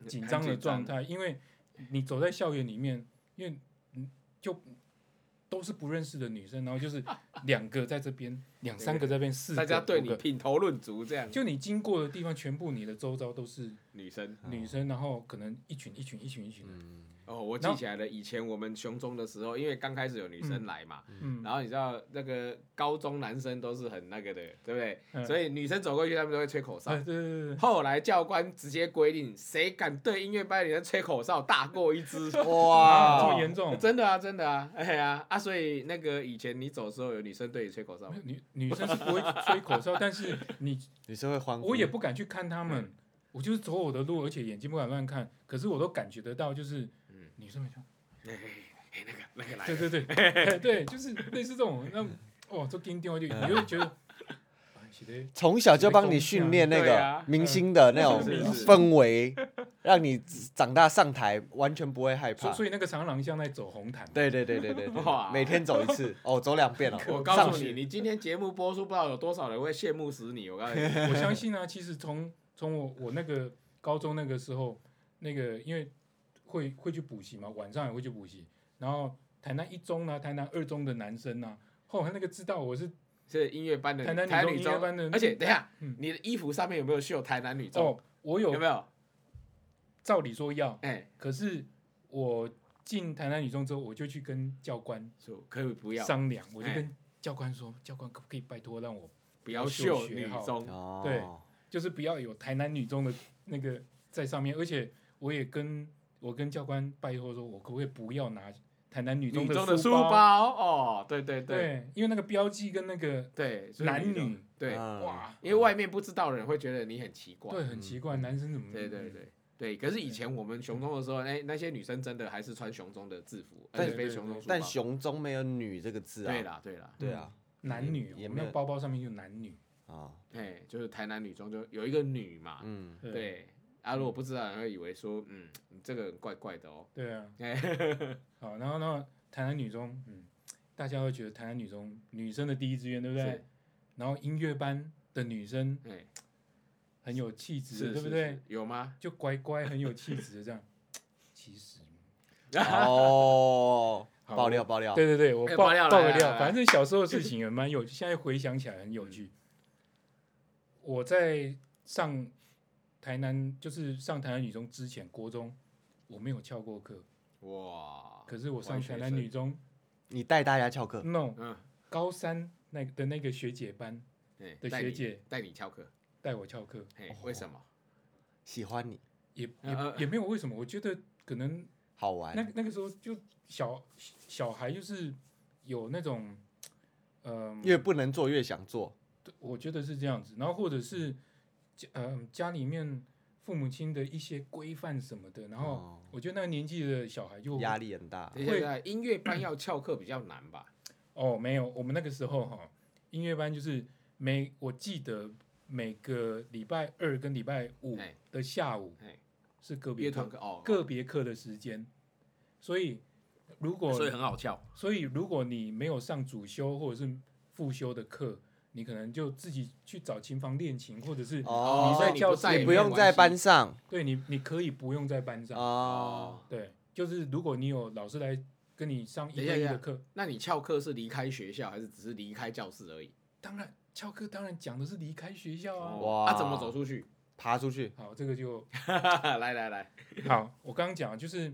A: 嗯
C: 紧张的状态，因为你走在校园里面，因为你就都是不认识的女生，然后就是两个在这边，两三个在这边，四
A: 大
C: 个
A: 家对
C: 五
A: 你
C: 个
A: 品头论足这样，
C: 就你经过的地方，全部你的周遭都是
A: 女生
C: 女生，
A: 啊
C: 然后可能一群一群一群一群的，
B: 嗯
A: 哦，我
C: 然
A: 记
C: 后
A: 起来了，以前我们雄中的时候，因为刚开始有女生来嘛，
C: 嗯，
A: 然后你知道那个高中男生都是很那个的，对不对？
C: 嗯
A: 所以女生走过去，他们都会吹口哨
C: 哎，。对对对对，
A: 后来教官直接规定，谁敢对音乐班的女生吹口哨，大过一只。
C: 啊，
B: 哇
C: 这么严重，
A: 真的啊，真的啊，哎呀啊，所以那个以前你走的时候，有女生对你吹口哨吗
C: 没有？女女生是不会吹口哨，但是你
B: 你是会欢呼，
C: 我也不敢去看他
A: 嗯
C: 们，我就是走我的路，而且眼睛不敢乱看，可是我都感觉得到，就是
A: 嗯
C: 女生们就
A: 哎哎哎那个那个来
C: 对
A: 了，
C: 对对哎 对，就是类似这种，那哦，这跟丢就你就会觉得， 哎，是的
B: 从小就帮你训练那
A: 对
B: 个
A: 啊
B: 明星的那种
A: 是
C: 啊
A: 是是
B: 氛围，让你长大上台完全不会害
C: 所
B: 怕。
C: 所以那个长廊像在走红毯，
B: 对对对对对 对
A: 哇
B: 每天走一次，哦，走两遍了。
A: 我告
B: 上
A: 诉
B: 学
A: 你，你今天节目播出，不知道有多少人会羡慕死你。我告诉你，
C: 我相信啊，其实从从我我那个高中那个时候，那个因为会会去补习嘛，晚上也会去补习，然后台南一中呢、台南二中的男生呢、后来那个知道我是
A: 是音乐班的
C: 台南女
A: 台
C: 中
A: 女
C: 音乐
A: 中，
C: 班的，
A: 而且等一下
C: 嗯，
A: 你的衣服上面有没有绣台南女中？
C: 哦，我
A: 有
C: 有
A: 没有？
C: 照理说要，
A: 哎，
C: 可是我进台南女中之后，我就去跟教官
A: 说可以不要
C: 商量，我就
A: 哎
C: 跟教官说，教官可不可以拜托让我
A: 不要
C: 要
A: 绣
C: 绣学
A: 女
C: 号
A: 中，
B: 哦，
C: 对就是不要有台南女中的那个在上面，而且我也跟我跟教官拜托说，我可不可以不要拿台南女
A: 女中
C: 的
A: 的
C: 书
A: 书
C: 包？
A: 包哦，对对对
C: 对，因为那个标记跟那个
A: 对，所以
C: 男
A: 中
C: 女，
A: 对，
B: 嗯
C: 哇，
A: 因为外面不知道的人会觉得你很奇怪，
C: 对，嗯很奇怪，男生怎么？
A: 嗯对对对。对，可是以前我们雄中的时候，
C: 嗯
A: 哎，那些女生真的还是穿雄中的制服，而
B: 但
A: 且背雄中书包
B: 但。
C: 啊
B: 熊中没有女这个字啊。
A: 对啦，对啦，
B: 对啊，
C: 男女，
B: 也
C: 我
B: 没有
C: 们那包包上面就男女，
B: 啊，
A: 哎，就是台南女中就有一个女嘛，
B: 嗯，
A: 对。啊，如果不知道，人会以为说，嗯，你这个人怪怪的哦。
C: 对啊，
A: 哎，
C: 好，然后然后台南女中，嗯，大家会觉得台南女中女生的第一志愿，对不对
A: 是？
C: 然后音乐班的女生
A: 哎，
C: 很有气质
A: 是
C: 的，对
A: 是
C: 不对
A: 是？？有吗？
C: 就乖乖很有气质的这样。其实，
B: 哦，
C: 好
B: 爆料爆料，
C: 对对对，我
A: 哎
C: 爆
A: 爆料
C: 爆
A: 来
C: 个
A: 来
C: 料，
A: 来
C: 反正小时候的事情也蛮有趣，现在回想起来很有趣。我在上台南，就是上台南女中之前，国中我没有翘过课，
A: 哇，
C: 可是我上
A: 完全
C: 台南
A: 是
C: 女中
B: 你带大家翘课，
C: ，no，
A: 嗯，
C: 高三那个的那个学姐班
A: 哎
C: 的
A: 带
C: 学
A: 你
C: 姐哦
A: 带你翘课，
C: 带我翘课，
A: 嘿，为什么？
B: 喜欢你，
C: 也也
A: 呃
C: 也没有为什么，我觉得可能
B: 好玩
C: 那。那个时候就小小孩就是有那种，嗯、
B: 越不能做越想做，
C: 对我觉得是这样子。然后或者是家，嗯、家里面父母亲的一些规范什么的，然后
B: 哦
C: 我觉得那个年纪的小孩就
B: 压力很大
A: 等一下，等一下音乐班要翘课比较难吧？
C: 哦，没有，我们那个时候哈，音乐班就是每我记得每个礼拜二跟礼拜五
A: 哎
C: 的下午
A: 哎
C: 是个哦别
A: 乐团
C: 课
A: 课哦，
C: 个别课的时间，所以如果
A: 所以很好翘。
C: 所以，如果你没有上主修或者是副修的课，你可能就自己去找琴房练琴，或者是
B: 哦
C: 你在教室
A: 所以
B: 你
A: 你
B: 不
A: 不在
B: 用在班上
C: 对你，你可以不用在班
A: 啊
C: 上。
B: 哦。
C: 对，就是如果你有老师来跟你上一
A: 等一下
C: 对一
A: 等
C: 的
A: 一下
C: 课，
A: 那你翘课是离开学校，还是只是离开教室而已？
C: 当然翘课当然讲的是离开学校啊。
B: 哇
A: 啊，怎么走出去？
B: 爬出去，
C: 好，这个就
A: 来来来，
C: 好。我刚刚讲啊就是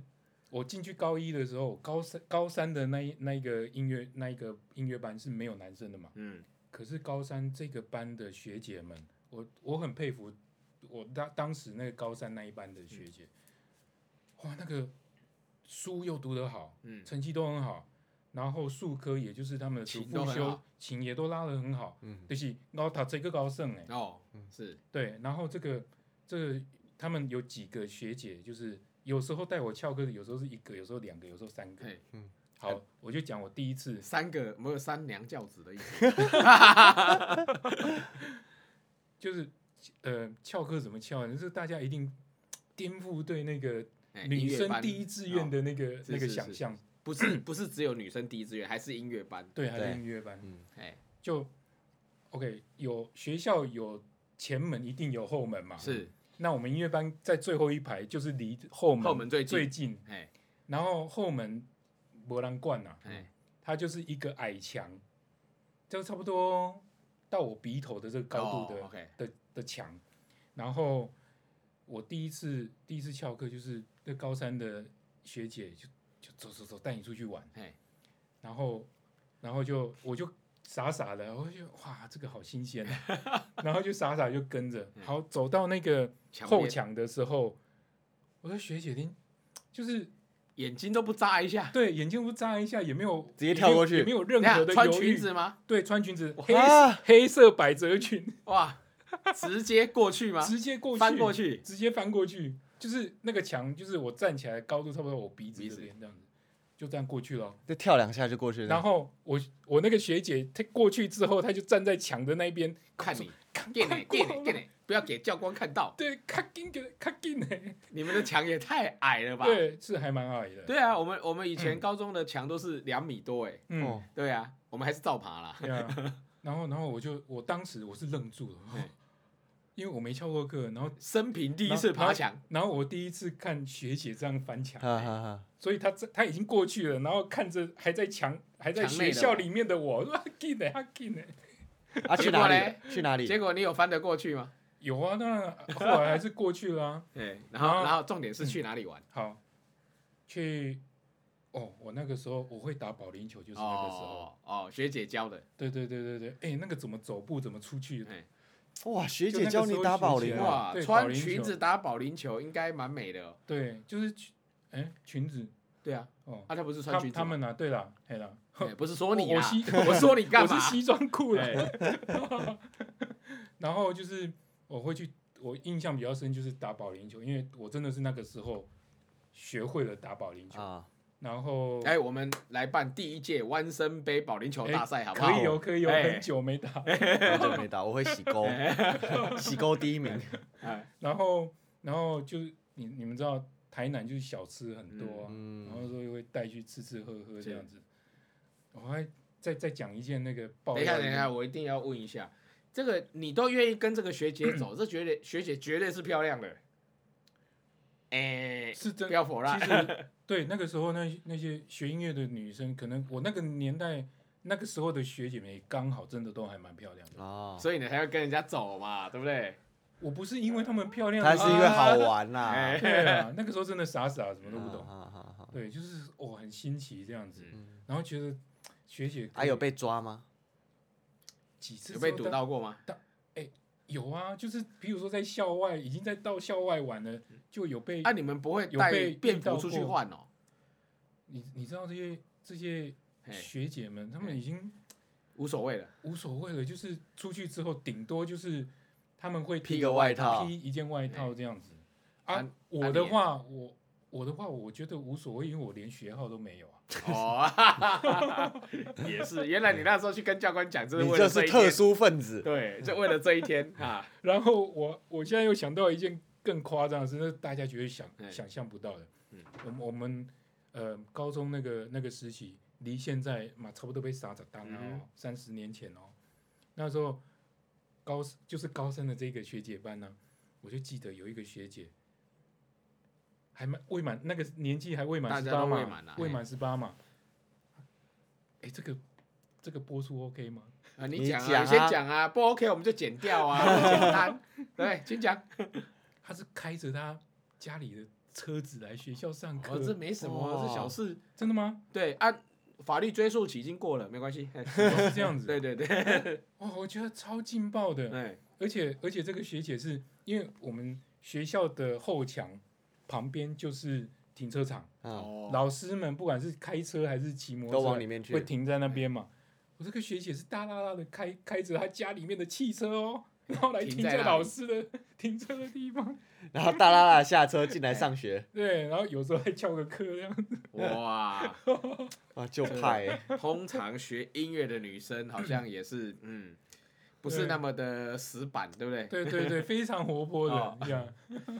C: 我进去高一的时候，高三高三的那一那一个音乐那一个音乐班是没有男生的嘛。
A: 嗯，
C: 可是高三这个班的学姐们，我我很佩服我当当时那个高三那一班的
A: 嗯
C: 学姐，哇，那个书又读得好，
A: 嗯
C: 成绩都很好，然后数科也就是他们的读
A: 琴都
C: 复
A: 很
C: 修
A: 好，
C: 琴也都拉得很好，
B: 嗯，
C: 就是高他这个高盛哎、
A: 哦，是，
C: 对，然后这个这个他们有几个学姐，就是有时候带我翘课，有时候是一个，有时候两个，有时候三个
A: 嘿，
B: 嗯，
C: 好，我就讲我第一次
A: 三个没有三娘教子的意思。
C: 就是呃翘课怎么翘呢？就是大家一定颠覆对那个
A: 哎
C: 女
A: 音乐
C: 生
A: 班哦
C: 第一志愿的那个、
A: 是
C: 那个
A: 是
C: 想
A: 是
C: 象，
A: 不是不是只有女生第一志愿，还是音乐班。
C: 对，还
B: 对
C: 是音乐班，
B: 嗯
A: 哎，
C: 就 OK 有学校有前门，一定有后门嘛。
A: 是
C: 那我们音乐班在最后一排，就是离后门
A: 后门最近
C: 最近，
A: 哎
C: 然后后门没人管呐、啊
A: 哎
C: 它就是一个矮墙，就差不多到我鼻头的这个高度的、
A: o k
C: 的的墙。然后我第一次第一次翘课，就是那高三的学姐就就走走走带你出去玩，
A: 嘿，
C: 然后然后就我就傻傻的，我就哇这个好新鲜、啊， 然后就傻傻就跟着，好走到那个
A: 嗯墙
C: 后
A: 边
C: 墙的时候，我说学姐您就是
A: 眼睛都不眨一下，
C: 对眼睛不眨一下，也没有
B: 直接跳过去
C: 也没有也没有
A: 你看
C: 任何的
A: 穿
C: 犹豫
A: 裙子吗？
C: 对，穿裙子
A: 哇
C: 黑、
B: 啊
C: 黑色百褶裙，
A: 哇，直接过去吗？
C: 直接过去，
A: 翻过去，
C: 直接翻过去，就是那个墙，就是我站起来高度差不多我鼻子
A: 鼻子
C: 这边这样子，就这样过去了。
B: 就跳两下就过去了。
C: 然后我我那个学姐，她过去之后，她就站在墙的那边
A: 看你，
C: 看
A: 电你
C: 过
A: 电
C: 来
A: 你电你，不要给教官看到，
C: 对，卡紧给卡紧嘞，
A: 你们的墙也太矮了吧？
C: 对，是还蛮矮的，
A: 对啊，我们我们以前
C: 嗯
A: 高中的墙都是两米多哎，
C: 嗯，
B: 哦，
A: 对啊，我们还是照爬啦。
C: 对啊，然后然后我就我当时我是愣住了
A: 对，
C: 因为我没翘过课，然后
A: 生平第一次爬墙，
C: 然后我第一次看学姐这样翻墙，
B: 哈哈 哈，
C: 所以他在他已经过去了，然后看着还在墙还在
A: 墙内
C: 学
A: 的
C: 校
A: 我
C: 里面的 我，哇，进呢，他进呢。
B: 啊，
A: 结
B: 去
A: 果
B: 哪
A: 嘞
B: 里？去哪里？
A: 结果你有翻得过去吗？
C: 有啊，当然后来还是过去了、啊。
A: 对，然后
C: 然后嗯
A: 然后重点是去哪里玩？
C: 好，去哦，我那个时候我会打保龄球，就是那个时候。
A: 哦哦，学姐教的，
C: 对对对对对，哎、那个怎么走步，怎么出去？
A: 哎
B: 哇，学
C: 就
B: 姐
C: 那个
B: 教
C: 时
B: 你
C: 候
B: 打
C: 学
B: 保
C: 姐
B: 龄
C: 啊
B: 哦，
A: 哇，
C: 对保
A: 穿
C: 龄球
A: 裙子打保龄球应该蛮美的哦。
C: 对，就是裙，哎、裙子
A: 对啊，
C: 哦，
A: 啊，他不是穿
C: 他
A: 裙子吗，
C: 他们啊，对啦，嘿啦，
A: 哎不是 说你啊
C: 我我西，
A: 我说你干
C: 我
A: 嘛？
C: 是西装裤啦。
A: 哎
C: 然后就是我会去，我印象比较深就是打保龄球，因为我真的是那个时候学会了打保龄球。
B: 啊，
C: 然后
A: 哎，我们来办第一届弯身杯保龄球大赛，好不好？
C: 可以哦，可以哦，
A: 哎
C: 很久没打。
B: 好久没打，我会洗 钩，洗钩第一名。
A: 哎
C: 然后然后就是你你们知道台南就是小吃很多啊，然后
B: 嗯，
C: 说又会带去吃吃喝喝
A: 是
C: 这样子。我还再再讲一件那个爆
A: 等一下，
C: 料
A: 等一下，我一定要问一下，这个你都愿意跟这个学姐走，这绝对学姐绝对是漂亮的。哎，
C: 是真
A: 不要否认
C: 其，实对那个时候那那些学音乐的女生，可能我那个年代那个时候的学姐们刚好真的都还蛮漂亮的。
B: 哦，
A: 所以你才要跟人家走嘛，对不对？
C: 我不是因为她们漂亮，
B: 他是因为好
C: 啊
B: 玩 啦。
A: 哎
C: 对啊，那个时候真的傻傻，什么都不懂。
B: 啊啊啊啊
C: 对，就是哦，很新奇这样子，
B: 嗯
C: 然后觉得学姐
B: 啊，有被抓吗？
C: 几次
A: 有被
C: 之
A: 堵
C: 后大，
A: 到过吗？
C: 有啊，就是比如说在校外已经在到校外玩了，就有被、
A: 啊，你们不会
C: 有
A: 带
C: 被
A: 便
C: 遇到
A: 服出去
C: 过
A: 换哦？
C: 你你知道这些这些
A: 嘿
C: 学姐们，她
A: 嘿
C: 们已经
A: 无所 谓了，
C: 无所谓了，就是出去之后顶多就是他们会
B: 披
C: 披
B: 个外套
C: 披一件外套这样子。啊，
A: 啊
C: 我
A: 你
C: 的
A: 也
C: 话，我我的话，我觉得无所谓，因为我连学号都没有啊。
A: 哦，哈哈哈哈哦 也是，原来你那时候去跟教官讲，就是
B: 你
A: 为
B: 就
A: 了这
B: 是
A: 一
B: 特
A: 天，
B: 殊分子。啊
A: 对，就为了这一天 啊，
C: 然后我我现在又想到一件更夸张的事，那大家绝对想
A: 哎
C: 想象不到的。
A: 嗯
C: 我们我们呃高中那个那个时期，离现在嘛差不多被杀着当了
A: 嗯
C: 哦，三十、年前哦，那时候高就是高三的这个学姐班呢、我就记得有一个学姐。还满未满那个年纪还未满
A: 大
C: 十
A: 家
C: 八
A: 都
C: 嘛，
A: 未满啊
C: 未
A: 哎
C: 满十八嘛。哎，这个这个播出 OK 吗？
A: 啊，
B: 你
A: 你讲
B: 讲
A: 啊，
B: 啊
A: 你先讲啊，不 OK 我们就剪掉啊，简 单，对，请讲。
C: 他是开着他家里的车子来学校上课，
A: 哦，这没什么，
B: 哦
A: 这小事。
C: 真 的吗？
A: 对，按法律追溯期已经过了，没关系。嘿
C: 哦是 这样子，啊
A: 对对对，
C: 哇，我觉得超劲爆的，
A: 哎，
C: 而且而且这个学姐是因为我们学校的后墙旁边就是停车场，
B: 嗯，
A: 哦，
C: 老师们不管是开车还是骑摩
B: 都
C: 托
B: 往
C: 车
B: 里，面
C: 会
B: 去。
C: 停在那边嘛。我这个学姐是大啦啦的开开着她家里面的汽车 哦，然后来
A: 停
C: 停
A: 在
C: 在
A: 那
C: 老
A: 里
C: 师的 停车的地方，
B: 然后大拉拉下车进来 上学，
C: 对，然后有时候还翘个课这样子，
A: 哇，
B: 啊，就派欸
A: 通常学音乐的女生好像也是，嗯，不是
C: 对
A: 那么的死板，对不对？
C: 对对对，非常活泼
A: 哦
C: 的这样。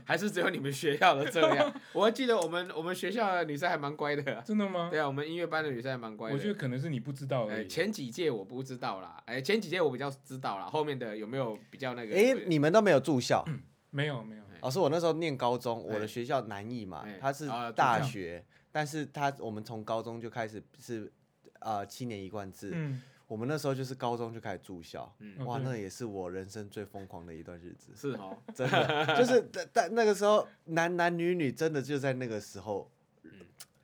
A: 还是只有你们学校的这样？ 我还记得我们我们学校的女生还蛮乖的啊。
C: 真的吗？
A: 对啊，我们音乐班的女生还蛮乖的。
C: 我觉得可能是你不知道而
A: 哎，
C: 已。
A: 前几届我不知道啦，哎，前几届我比较知道啦，后面的有没有比较那个？
B: 哎，你们都没有住校。
C: 没有没有，
B: 老师，我那时候念高中，我
A: 嗯哎
B: 的学校南艺嘛
A: 哎，
B: 它是
A: 啊住
B: 大
A: 校
B: 学，但是它我们从高中就开始是呃七年一贯制，
C: 嗯，
B: 我们那时候就是高中就开始住校，
A: 嗯
B: 哇，
C: 哦对
B: 那也是我人生最疯狂的一段日子，
A: 是哦，
B: 真的，就是但但那个时候男男女女真的就在那个时候
A: 嗯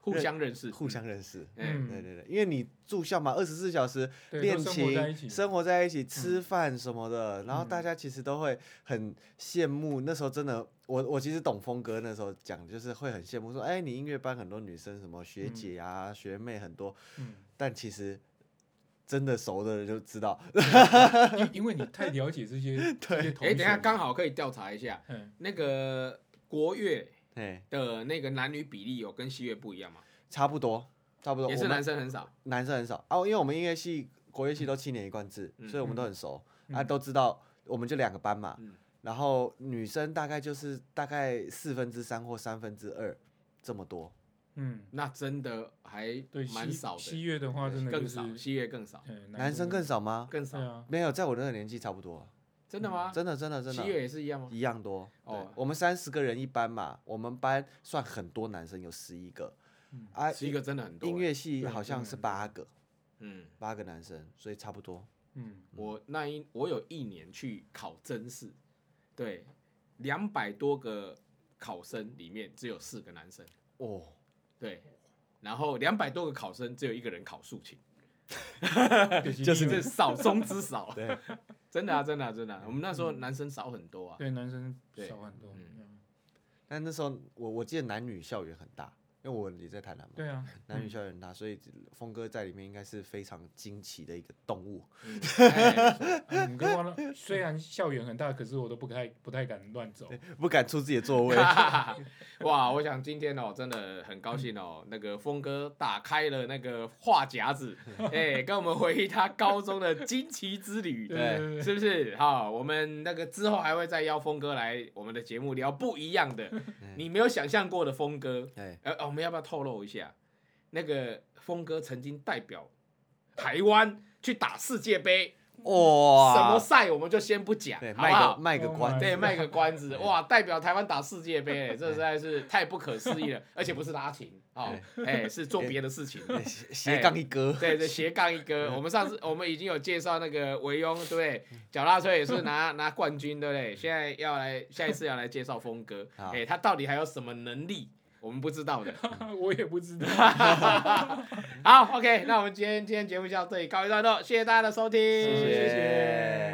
A: 互
B: 认
A: 相认识，
B: 互相认识，
A: 嗯，
C: 嗯
B: 对对对，因为你住校嘛，二十四小时
C: 对，
B: 练
C: 都生活在一
A: 嗯
B: 琴、
C: 起，
B: 生活在一起、吃饭什么的，然后大
C: 嗯
B: 家其实都会很羡慕。那时候真的，我我其实懂峰哥那时候讲，就是会很羡慕说，哎，你音乐班很多女生，什么学
C: 嗯
B: 姐啊、学妹很多，
C: 嗯，
B: 但其实真的熟的人就知道，
C: 因因为你太了解这些这些同
A: 哎、
C: 学，
A: 等一下刚，好可以调查一下
C: 嗯，
A: 那个国乐
B: 哎，
A: 的那个男女比例有跟西乐不一样吗？
B: 差不多，差不多。
A: 也
B: 我
A: 是
B: 们
A: 男生很少，
B: 男生很少啊，因为我们音乐系、国乐系都七年一贯制，
A: 嗯
B: 所以我们都很熟、
C: 嗯
B: 啊，都知道，我们就两个班嘛。
A: 嗯
B: 然后女生大概就是大概四分之三或三分之二这么多，
C: 嗯，
A: 那真的还
C: 对，
A: 蛮
C: 西
A: 少的
C: 西，乐的话真的
A: 更
C: 就是
A: 少，西乐更少，
C: 嗯，
B: 男生更少吗？
A: 更啊
C: 对
A: 少，
C: 啊，
B: 没有，在我那个年纪差不多，
A: 真的吗？
B: 真的真的真
A: 西乐
B: 的
A: 也是一样吗？
B: 一样多。对
A: 哦
B: 我们三十个人一班嘛，我们班算很多男生，有十一个
C: 嗯，
B: 啊，
A: 十一个真的很多、欸
B: 音乐系
C: 对
B: 好像是
C: 真的
B: 八个，
A: 嗯，
B: 八个男生，所以差不多。
C: 嗯，
A: 我那一我有一年去考真试，对，两百多个考生里面只有四个男生，
B: 哦，
A: 对，然后两百多个考生只有一个人考竖琴，
C: 就
A: 这
C: 因为
A: 是少中之少，
B: 对，
A: 真的啊，真的啊，真的啊、我们那时候男生少很多啊，
C: 对男生
A: 对
C: 少很多，
A: 嗯
C: 嗯
B: 但那时候我我记得男女校园很大，因为我也在台南嘛，
C: 对啊，
B: 男
A: 嗯
B: 女校园很大，所以峰哥在里面应该是非常惊奇的一个动物。
A: 嗯哎
C: 嗯我们跟忘了，虽然校园很大，可是我都不太不太敢乱走，
B: 不敢出自己的座 位。
A: 哇，我想今天哦，真的很高兴哦，那个峰哥打开了那个话匣 子，哎，跟我们回忆他高中的惊奇之旅。
C: 对
B: 对
C: 对对
A: 是不是？好，我们那个之后还会再邀峰哥来我们的节目聊不一样 的，你没有想象过的峰哥。
B: 哎，
A: 呃，呃我们要不要透露一下？那个峰哥曾经代表台湾去打世界杯，
B: 哇，
A: 什么赛我们就先不讲
B: 对，，
A: 好不
B: 卖个
A: 好？？Oh
B: 卖个
C: 我
B: 关
C: 买
B: 子，
A: 对，卖个关子。哇，代表台湾打世界杯，欸这实在是太不可思议 了，而且不是拉琴，哦，哎，是做别的事情。
B: 哎斜斜杠一哥，
A: 哎对对，嗯斜杠一哥，我们上次我们已经有介绍那个维庸，对不对？脚踏车也是拿拿冠军，对不对？现在要来下一次要来介绍峰 哥，
B: 好
A: 哎、他到底还有什么能力，我们不知道 的。
C: 我也不知道。
A: 好，OK，那我们今天今天节目就到这里告一段落，谢谢大家的收听，
B: 谢
C: 谢谢